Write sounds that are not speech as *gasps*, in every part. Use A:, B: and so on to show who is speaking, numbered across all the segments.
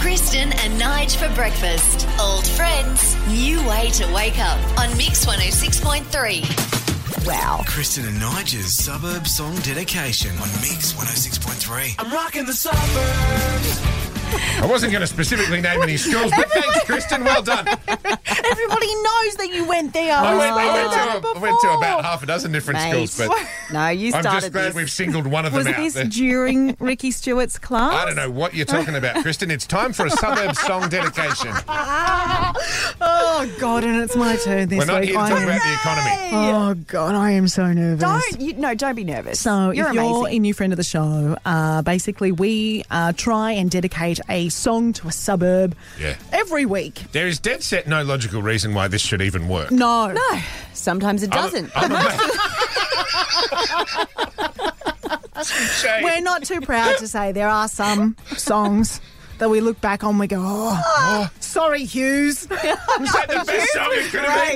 A: Kristen and Nige for breakfast. Old friends, new way to wake up on Mix 106.3.
B: Wow.
C: Kristen and Nigel's suburb song dedication on Mix 106.3.
D: I'm rocking the suburbs.
E: I wasn't going to specifically name any schools,
B: *laughs*
E: but thanks, Kristen. Well done.
B: Everybody knows that you went there.
E: I went, I
B: We've
E: went,
B: done
E: to,
B: it
E: I went to
B: before.
E: about half a dozen different
B: Mate.
E: schools,
B: *laughs*
E: but
B: No, you
E: I'm
B: started
E: just glad
B: this.
E: we've singled one of them
F: Was
E: out.
F: this
E: there.
F: during Ricky Stewart's class?
E: *laughs* I don't know what you're talking about, Kristen. It's time for a suburb song
B: *laughs*
E: dedication.
F: Oh God, and it's my turn this
E: We're not
F: week.
E: here to
F: I
E: talk
F: am-
E: about the economy.
F: oh God, I am so nervous.
B: Don't you, no, don't be nervous.
F: So,
B: you're
F: if you're
B: amazing.
F: a new friend of the show, uh, basically we uh, try and dedicate a song to a suburb
E: Yeah.
F: every week.
E: There is dead set no logical reason why this should even work.
F: No, no,
B: Sometimes it
E: I'm-
B: doesn't.
E: I'm a- Shame.
F: we're not too proud to say there are some songs that we look back on. We go, oh, sorry, Hughes.
E: Is that the best song it could have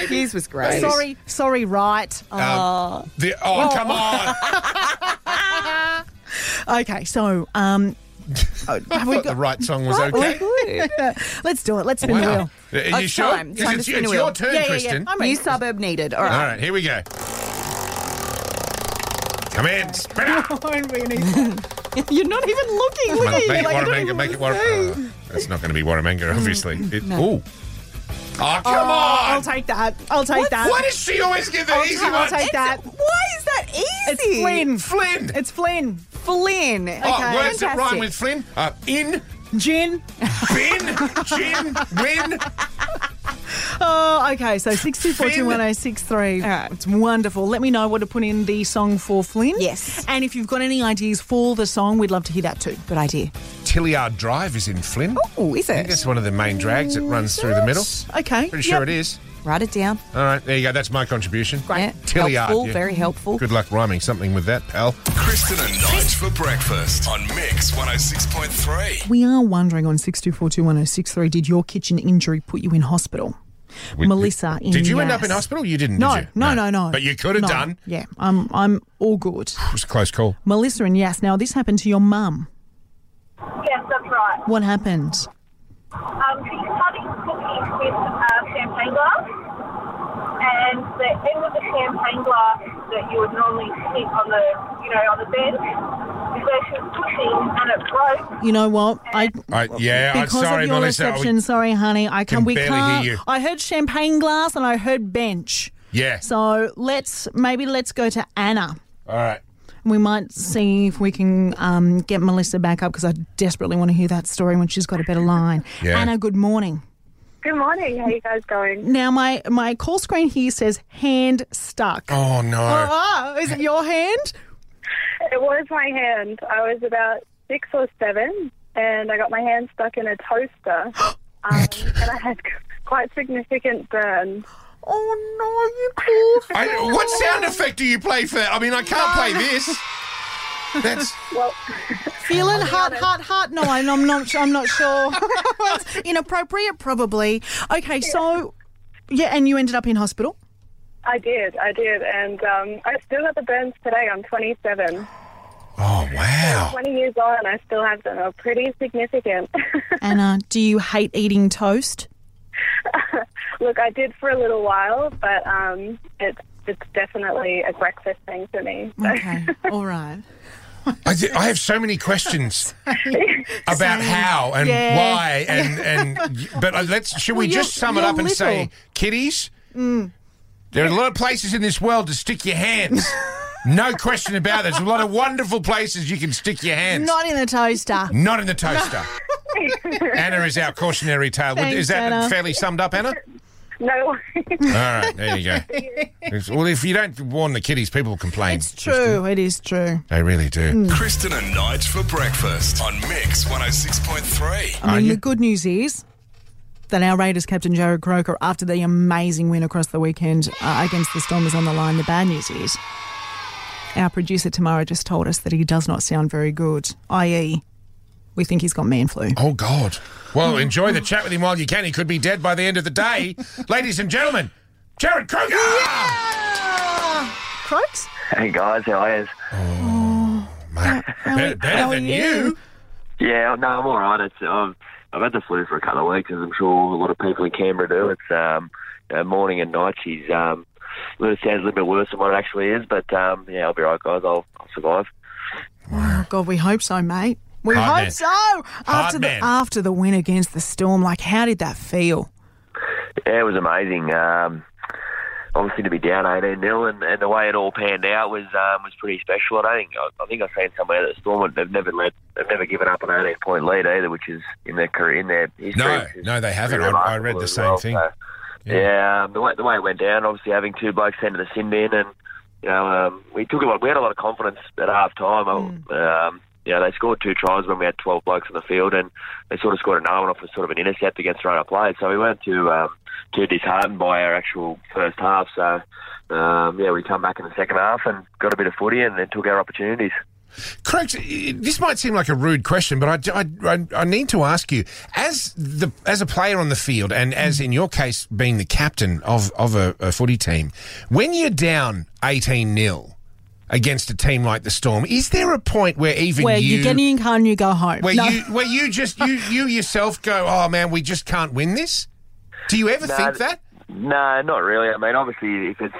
E: been?
B: Hughes was great.
F: *laughs* sorry, sorry, right.
E: Um, the, oh,
B: *laughs*
E: come on.
F: Oh, Okay, so um,
E: I thought the right song was okay.
F: let's do it. Let's spin the
E: Wow.
F: wheel.
E: Uh, Are you
B: it's
E: sure?
B: time. It's time to
E: It's,
B: spin
E: it's
B: a
E: your
B: wheel.
E: turn,
F: Yeah, yeah, yeah.
E: Kristen.
F: I'm
B: New
F: ready.
B: suburb needed. All
E: All
B: right.
E: right, here we go. Come in, spin
F: *laughs*
E: up.
F: You're not even looking. Look at
E: Make
F: you. Like, you
E: it
F: don't
E: Warramanga,
F: even
E: make it Warramanga. Oh, that's not going to be
F: Mm,
E: Warramanga, obviously. It, Ooh. Oh, come
F: I'll
E: on.
F: take that. I'll take that.
E: Why does she always get the
F: I'll,
E: easy
F: I'll
E: one?
F: take that.
B: Why is that easy?
F: It's Flynn.
E: Flynn.
F: It's Flynn.
B: Flynn.
E: oh, words that
B: fantastic.
E: rhyme with Flynn. Uh, in,
F: *laughs* Gin.
E: bin, gin, win.
F: Oh, okay. So six two four two
E: Flynn.
F: one zero six three.
B: All right.
F: It's wonderful. Let me know what to put in the song for Flynn.
B: Yes.
F: And if you've got any ideas for the song, we'd love to hear that too.
B: Good idea.
E: Tilliard Drive is in Flynn.
B: Oh, is
E: I think
B: it?
E: that's one of the main drags that runs through the middle.
F: Okay.
E: Pretty sure
F: Yep.
E: it is.
B: Write it down.
E: All right, there you go. That's my contribution.
B: Yeah.
E: Tilliard.
B: helpful.
E: yeah.
B: Very helpful.
E: Good luck rhyming something with that, pal.
C: Kristen and Nige for breakfast on Mix 106.3.
F: We are wondering on six two four two one zero six three. Did your kitchen injury put you in hospital?
E: We-
F: Melissa. in
E: Did you end
F: Yass.
E: up in hospital? You didn't,
F: No,
E: did you?
F: no, no, no,
E: But you could have
F: No.
E: done.
F: Yeah, I'm, I'm all good.
E: It was a close call.
F: Melissa and Yas, now this happened to your mum.
G: Yes, that's right.
F: What happened?
G: Um, she's cutting cookies with a champagne glass, and the end of the champagne glass that you would normally sit on the, you know, on the bench, is where she was pushing, and it broke.
F: You know what? I
E: I, yeah, I'm
F: because
E: sorry,
F: of your
E: Melissa. I was-
F: reception, sorry, honey. I can,
E: Can
F: we
E: barely hear
F: can't.
E: you.
F: I heard champagne glass and I heard bench.
E: yeah.
F: So let's maybe let's go to Anna.
E: All right.
F: We might see if we can um, get Melissa back up because I desperately want to hear that story when she's got a better line.
E: Yeah.
F: Anna, good morning.
G: Good morning. How you guys going?
F: Now my my call screen here says hand stuck.
E: Oh no.
F: Ah, is it your hand?
G: It was my hand. I was about six or seven, and I got my hand stuck in a *gasps* toaster, um, and I had quite significant burns.
F: Oh no, you called.
E: I, what sound effect do you play for that? I mean, I can't play
F: *laughs*
E: this. That's
G: Well,
F: Feeling hot, hot, hot. No, I- I'm not. I'm not sure. *laughs* It's inappropriate, probably. Okay, so yeah, and you ended up in hospital.
G: I did, I did, and um, I still got the burns today. I'm 27.
E: oh wow.
G: 20 years on, I still have them. Are pretty significant. *laughs*
F: Anna, uh, do you hate eating toast?
G: Look, I did for a little while, but um, it's it's definitely a breakfast thing for me. So.
F: Okay, all right.
E: I, thi- I have so
F: *laughs*
E: many questions about how and
F: Yeah. *laughs*
E: why and and but uh, let's should we
F: Well,
E: just
F: you're-
E: sum it
F: you're
E: up and say,
F: little. Mm.
E: kiddies, there are a lot of places in this world to stick
F: *laughs*
E: your hands. no question about it. There's a lot of wonderful places you can stick your
F: *laughs*
E: hands.
F: Not in the toaster.
E: Not in the toaster. Anna is our cautionary tale. Would-
F: Thanks,
E: is that
F: Anna.
E: fairly summed up,
F: *laughs*
E: Anna?
G: *laughs* No,
E: All right, there you go. It's- well, if you don't warn the kiddies, people will complain.
F: It's Mm. true. It is true.
E: They really do.
C: Kristen and Nige for breakfast on Mix 106.3.
F: I
E: Are
F: mean,
E: you?
F: the good news is that our Raiders captain Jared Croker, after the amazing win across the weekend uh, against the Stormers on the line, the bad news is our producer Tamara just told us that he does not sound very good. I.e., we think he's got man flu.
E: Oh, God. Well, enjoy the chat with him while you can. He could be dead by the end of
F: *laughs*
E: the day. Ladies and gentlemen, Jared Kroger!
F: Croaks?
H: Hey guys, how are you?
E: Mate, better better
F: are
E: than
F: you?
E: you.
H: Yeah, no, I'm all right. It's I've, I've had the flu for a couple of weeks, as I'm sure a lot of people in Canberra do. It's um, you know, morning and night. She's um, it sounds a little bit worse than what it actually is, but um, yeah, I'll be all right, guys. I'll, I'll survive.
F: Oh God, we hope so, mate. We
E: Hard
F: hope
E: man.
F: so. After the
E: man.
F: after the win against the Storm, like how did that feel?
H: Yeah, it was amazing. Um, obviously, to be down 18 0 and, and the way it all panned out was um, was pretty special. I don't think I, I think I've seen somewhere that Storm they've never led, they've never given up an 18 point lead either, which is in their career in their history.
E: No,
H: which is
E: no, they haven't.
H: pretty
E: I- I read
H: remarkable
E: the
H: as
E: same thing.
H: so, yeah, um, the way the way it went down, obviously having two blokes send to the sin bin, and you know um, we took a lot. We had a lot of confidence at half time. Um, yeah, they scored two tries when we had 12 blokes on the field, and they sort of scored another one off a sort of an intercept against right up play. So we weren't too um, too disheartened by our actual first half. So um, yeah, we come back in the second half and got a bit of footy, and then took our opportunities.
E: Correct. This might seem like a rude question, but I, I, I need to ask you, as the as a player on the field, and as in your case being the captain of of a, a footy team, when you're down eighteen 0 against a team like the Storm, is there a point where even
F: Where you,
E: you
F: get in your car and you go home.
E: where
F: No.
E: you where you just you you yourself go, oh man, we just can't win this? Do you ever
H: No,
E: think
H: th-
E: that?
H: No, not really. I mean, obviously, if it's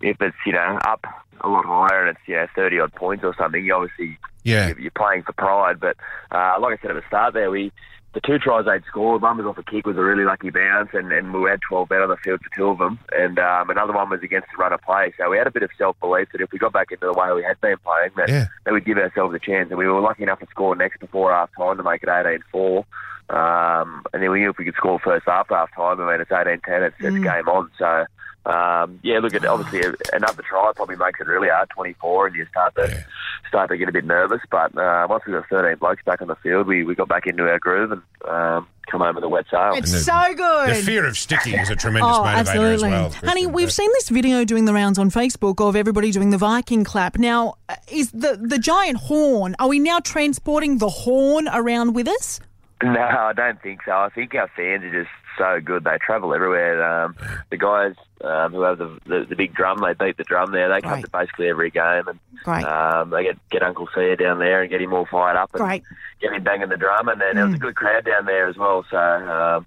H: if it's you know up a lot higher and it's you know thirty odd points or something, you obviously
E: Yeah.
H: you're, you're playing for pride. But uh, like I said at the start, there we the two tries they'd scored. One was off a kick, was a really lucky bounce, and, and we had twelve men on the field for two of them, and um, another one was against the run of play. So we had a bit of self belief that if we got back into the way we had been playing, that
E: Yeah.
H: that we'd give ourselves a chance. And we were lucky enough to score next before half time to make it 18 4. Um, and then we knew if we could score first after half time, I mean, it's 18 10, it's, it's game on. So, um, yeah, look, at obviously another try probably makes it really hard 24, and you start to. Start to get a bit nervous, but uh, once we got 13 blokes back on the field, we, we got back into our groove and um, come home with a wet sail.
B: It's
E: the-
B: so
E: The
B: good.
H: *laughs*
E: fear of sticking is a tremendous
F: Oh,
E: motivator
F: absolutely.
E: as well.
F: Honey,
E: Kristen,
F: we've
E: but-
F: seen this video doing the rounds on Facebook of everybody doing the Viking clap. Now, uh, is the, the giant horn, are we now transporting the horn around with us?
H: No, I don't think so. I think our fans are just so good. They travel everywhere. Um, the guys um, who have the, the the big drum, they beat the drum there. They come
F: Great.
H: to basically every game, and
F: Great.
H: um, they get get Uncle Sia down there and get him all fired up and
F: Great. Mm.
H: get him banging the drum. And then there was a good crowd down there as well. So um,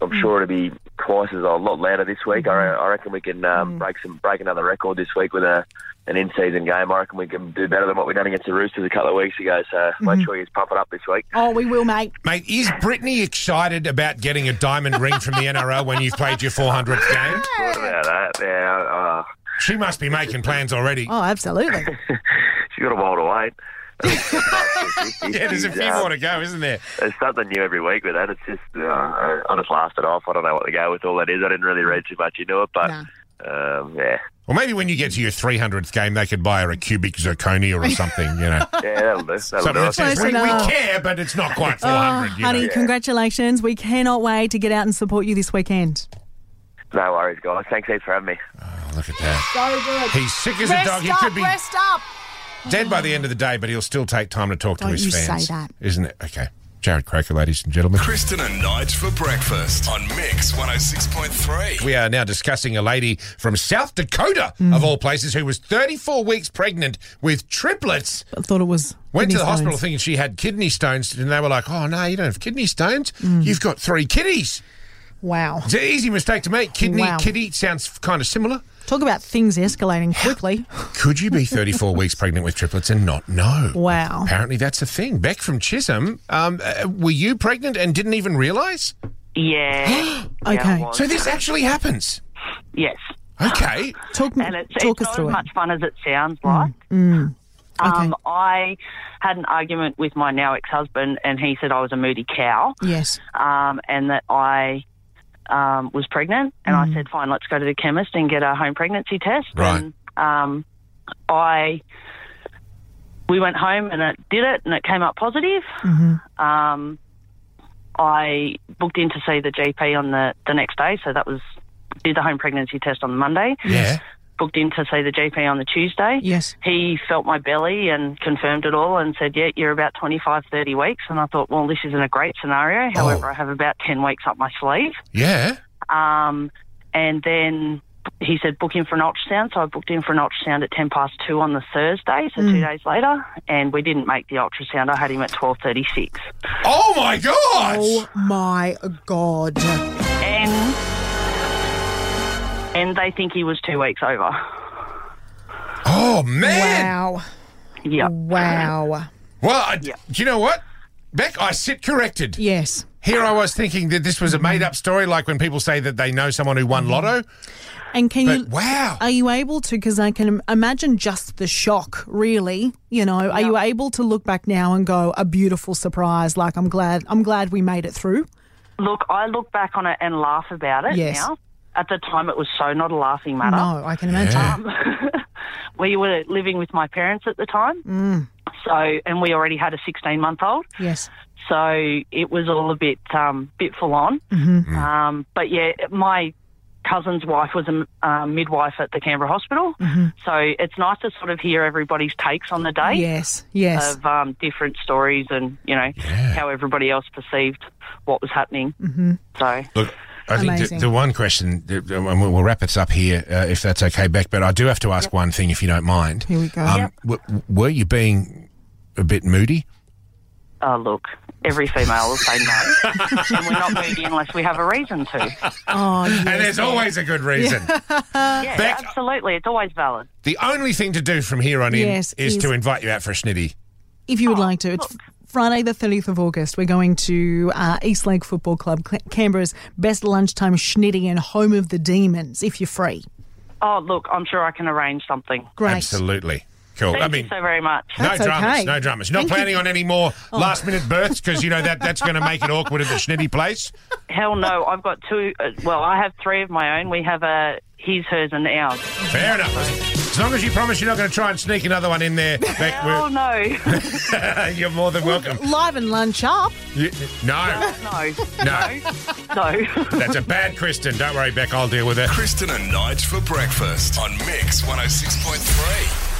H: I'm
F: Mm.
H: sure it'll be twice as a lot louder this week. I,
F: Mm-hmm.
H: re- I reckon we can um,
F: Mm.
H: break some break another record this week with a. An in-season game, I reckon we can do better than what we done against the Roosters a couple of weeks ago. So
F: Mm-hmm.
H: make sure you pump it up this week.
F: Oh, we will, mate.
E: Mate, is Brittany excited about getting a diamond ring from the *laughs* NRL when you've played your 400th game?
H: What about that? Yeah, uh,
E: She must be making plans already.
F: Oh, absolutely.
H: she's got a while to wait.
E: *laughs* Yeah, there's a few more to go, isn't there?
H: There's something new every week with that. It's just, uh, I I just laughed it off. I don't know what the go with all that is. I didn't really read too much into it, but um, yeah,
E: Or maybe when you get to your 300th game, they could buy her a cubic zirconia or something, you know.
H: yeah, *laughs* that'll do.
E: *laughs*
H: That'll
E: Something
H: do.
E: that
H: it.
E: says, we, we
F: enough.
E: care, but it's not quite 400, you know.
F: Honey, congratulations. We cannot wait to get out and support you this weekend.
H: No worries, guys. Thanks heaps for having me.
E: Oh, look at that. He's sick as a dog. He
B: Rest
E: could
B: up,
E: be
B: rest up.
E: dead by the end of the day, but he'll still take time to talk to
F: Don't
E: his
F: you say
E: fans.
F: that.
E: Isn't it? Okay. Jared Cracker, ladies and gentlemen.
C: Kristen and Nige for breakfast on Mix 106.3.
E: We are now discussing a lady from South Dakota,
F: Hmm.
E: of all places, who was 34 weeks pregnant with triplets.
F: I thought it was.
E: Went to
F: kidney
E: the hospital
F: stones.
E: thinking she had kidney stones, and they were like, "Oh no, you don't have kidney stones.
F: Hmm.
E: You've got three kiddies."
F: Wow.
E: It's an easy mistake to make. Kidney,
F: Wow.
E: kitty sounds kind of similar.
F: Talk about things escalating quickly.
E: *laughs* Could you
F: *laughs*
E: be 34 weeks pregnant with triplets and not know?
F: Wow.
E: Apparently that's a thing. Beck from Chisholm, um, uh, were you pregnant and didn't even realise?
I: Yeah.
F: Okay. Ah,
I: was.
E: So this actually happens.
I: yes.
E: Okay.
F: Talk,
I: And it's,
F: talk
I: it's
F: us
I: not
F: through it.
I: as
F: Mm.
I: much fun as it sounds like. Um,
F: Okay.
I: I had an argument with my now ex husband, and he said I was a moody cow
F: Yes.
I: um, and that I um, was pregnant. And
F: Mm.
I: I said, fine, let's go to the chemist and get a home pregnancy test.
E: Right.
I: And um, I. We went home and it did it, and it came up positive.
F: Mm-hmm.
I: Um, I booked in to see the GP on the, the next day, so that was did the home pregnancy test on the Monday.
E: Yeah.
I: booked in to see the GP on the Tuesday.
F: Yes.
I: He felt my belly and confirmed it all and said, Yeah, you're about 25, 30 weeks. And I thought, Well, this isn't a great scenario. However, I have about 10 weeks up my sleeve.
E: Yeah.
I: Um, and then he said book in for an ultrasound, so I booked in for an ultrasound at ten past two on the Thursday, so two days later, and we didn't make the ultrasound. I had him at twelve thirty six,
E: Oh my gosh!
B: Oh my god.
I: and and they think he was two weeks over.
E: Oh man!
B: Wow.
I: Yeah,
B: Wow.
E: Well, I, do you know what, Beck? I sit corrected.
B: Yes.
E: Here I was thinking that this was a made-up story, like when people say that they know someone who
F: Mm-hmm.
E: won lotto.
F: And can you
E: But wow!
F: Are you able to? Because I can im- imagine just the shock, really. You know, are you able to look back now and go, a beautiful surprise? Like, I'm glad, I'm glad we made it through.
I: look, I look back on it and laugh about it
F: Yes.
I: now. At the time, it was so not a laughing matter. Um,
F: No, I can imagine.
I: *laughs* we were living with my parents at the time.
F: Mm.
I: So, and we already had a 16 month old.
F: Yes.
I: So it was all a bit, um, bit full on.
F: Mm-hmm.
I: Um, but yeah, my cousin's wife was a m- uh, midwife at the Canberra Hospital.
F: Mm-hmm.
I: So it's nice to sort of hear everybody's takes on the day
F: Yes. Yes.
I: of um, different stories and, you know, how everybody else perceived what was happening.
F: Mm-hmm.
I: So,
E: Look, I think the,
F: Amazing.
E: the one question, uh, and we'll we'll wrap it up here uh, if that's okay, Beck, but I do have to ask one thing if you don't mind.
F: Here we go.
E: Um, w- were you being a bit moody?
I: oh, look, every female will say
E: *laughs*
I: no. and we're not moody unless we have a reason to.
F: oh, yes.
E: And there's always a good reason.
I: Yeah,
E: Uh, Beck-
I: absolutely. It's always valid.
E: the only thing to do from here on in
F: Yes,
E: is,
F: is-
E: to invite you out for a schnitty.
F: if you would like to. It's Friday, the 30th of August. We're going to uh, East Lake Football Club, Cl- Canberra's best lunchtime schnitty and home of the demons, if you're free.
I: Oh, look, I'm sure I can arrange something.
F: Great.
E: Absolutely. Cool.
I: Thank
E: I mean,
I: you so very much.
E: no
F: That's
E: dramas,
F: okay. Oh.
E: no dramas. You're not planning on any more last minute births because, you know, that that's going to make it awkward at the schnitty place.
I: Hell no, I've got two. Uh, well, I have three of my own. We have a his, hers, and ours.
E: Fair enough. As long as you promise you're not going to try and sneak another one
F: *laughs*
E: in there, Beck, *laughs*
I: Hell no, *laughs*
E: we're- you're more than welcome.
F: Live and lunch up.
E: You- no,
I: no,
F: *laughs*
E: no.
I: no.
E: That's a bad Kristen. Don't worry, Beck. I'll deal with it.
C: oh Kristen and Nige for breakfast on Mix 106.3.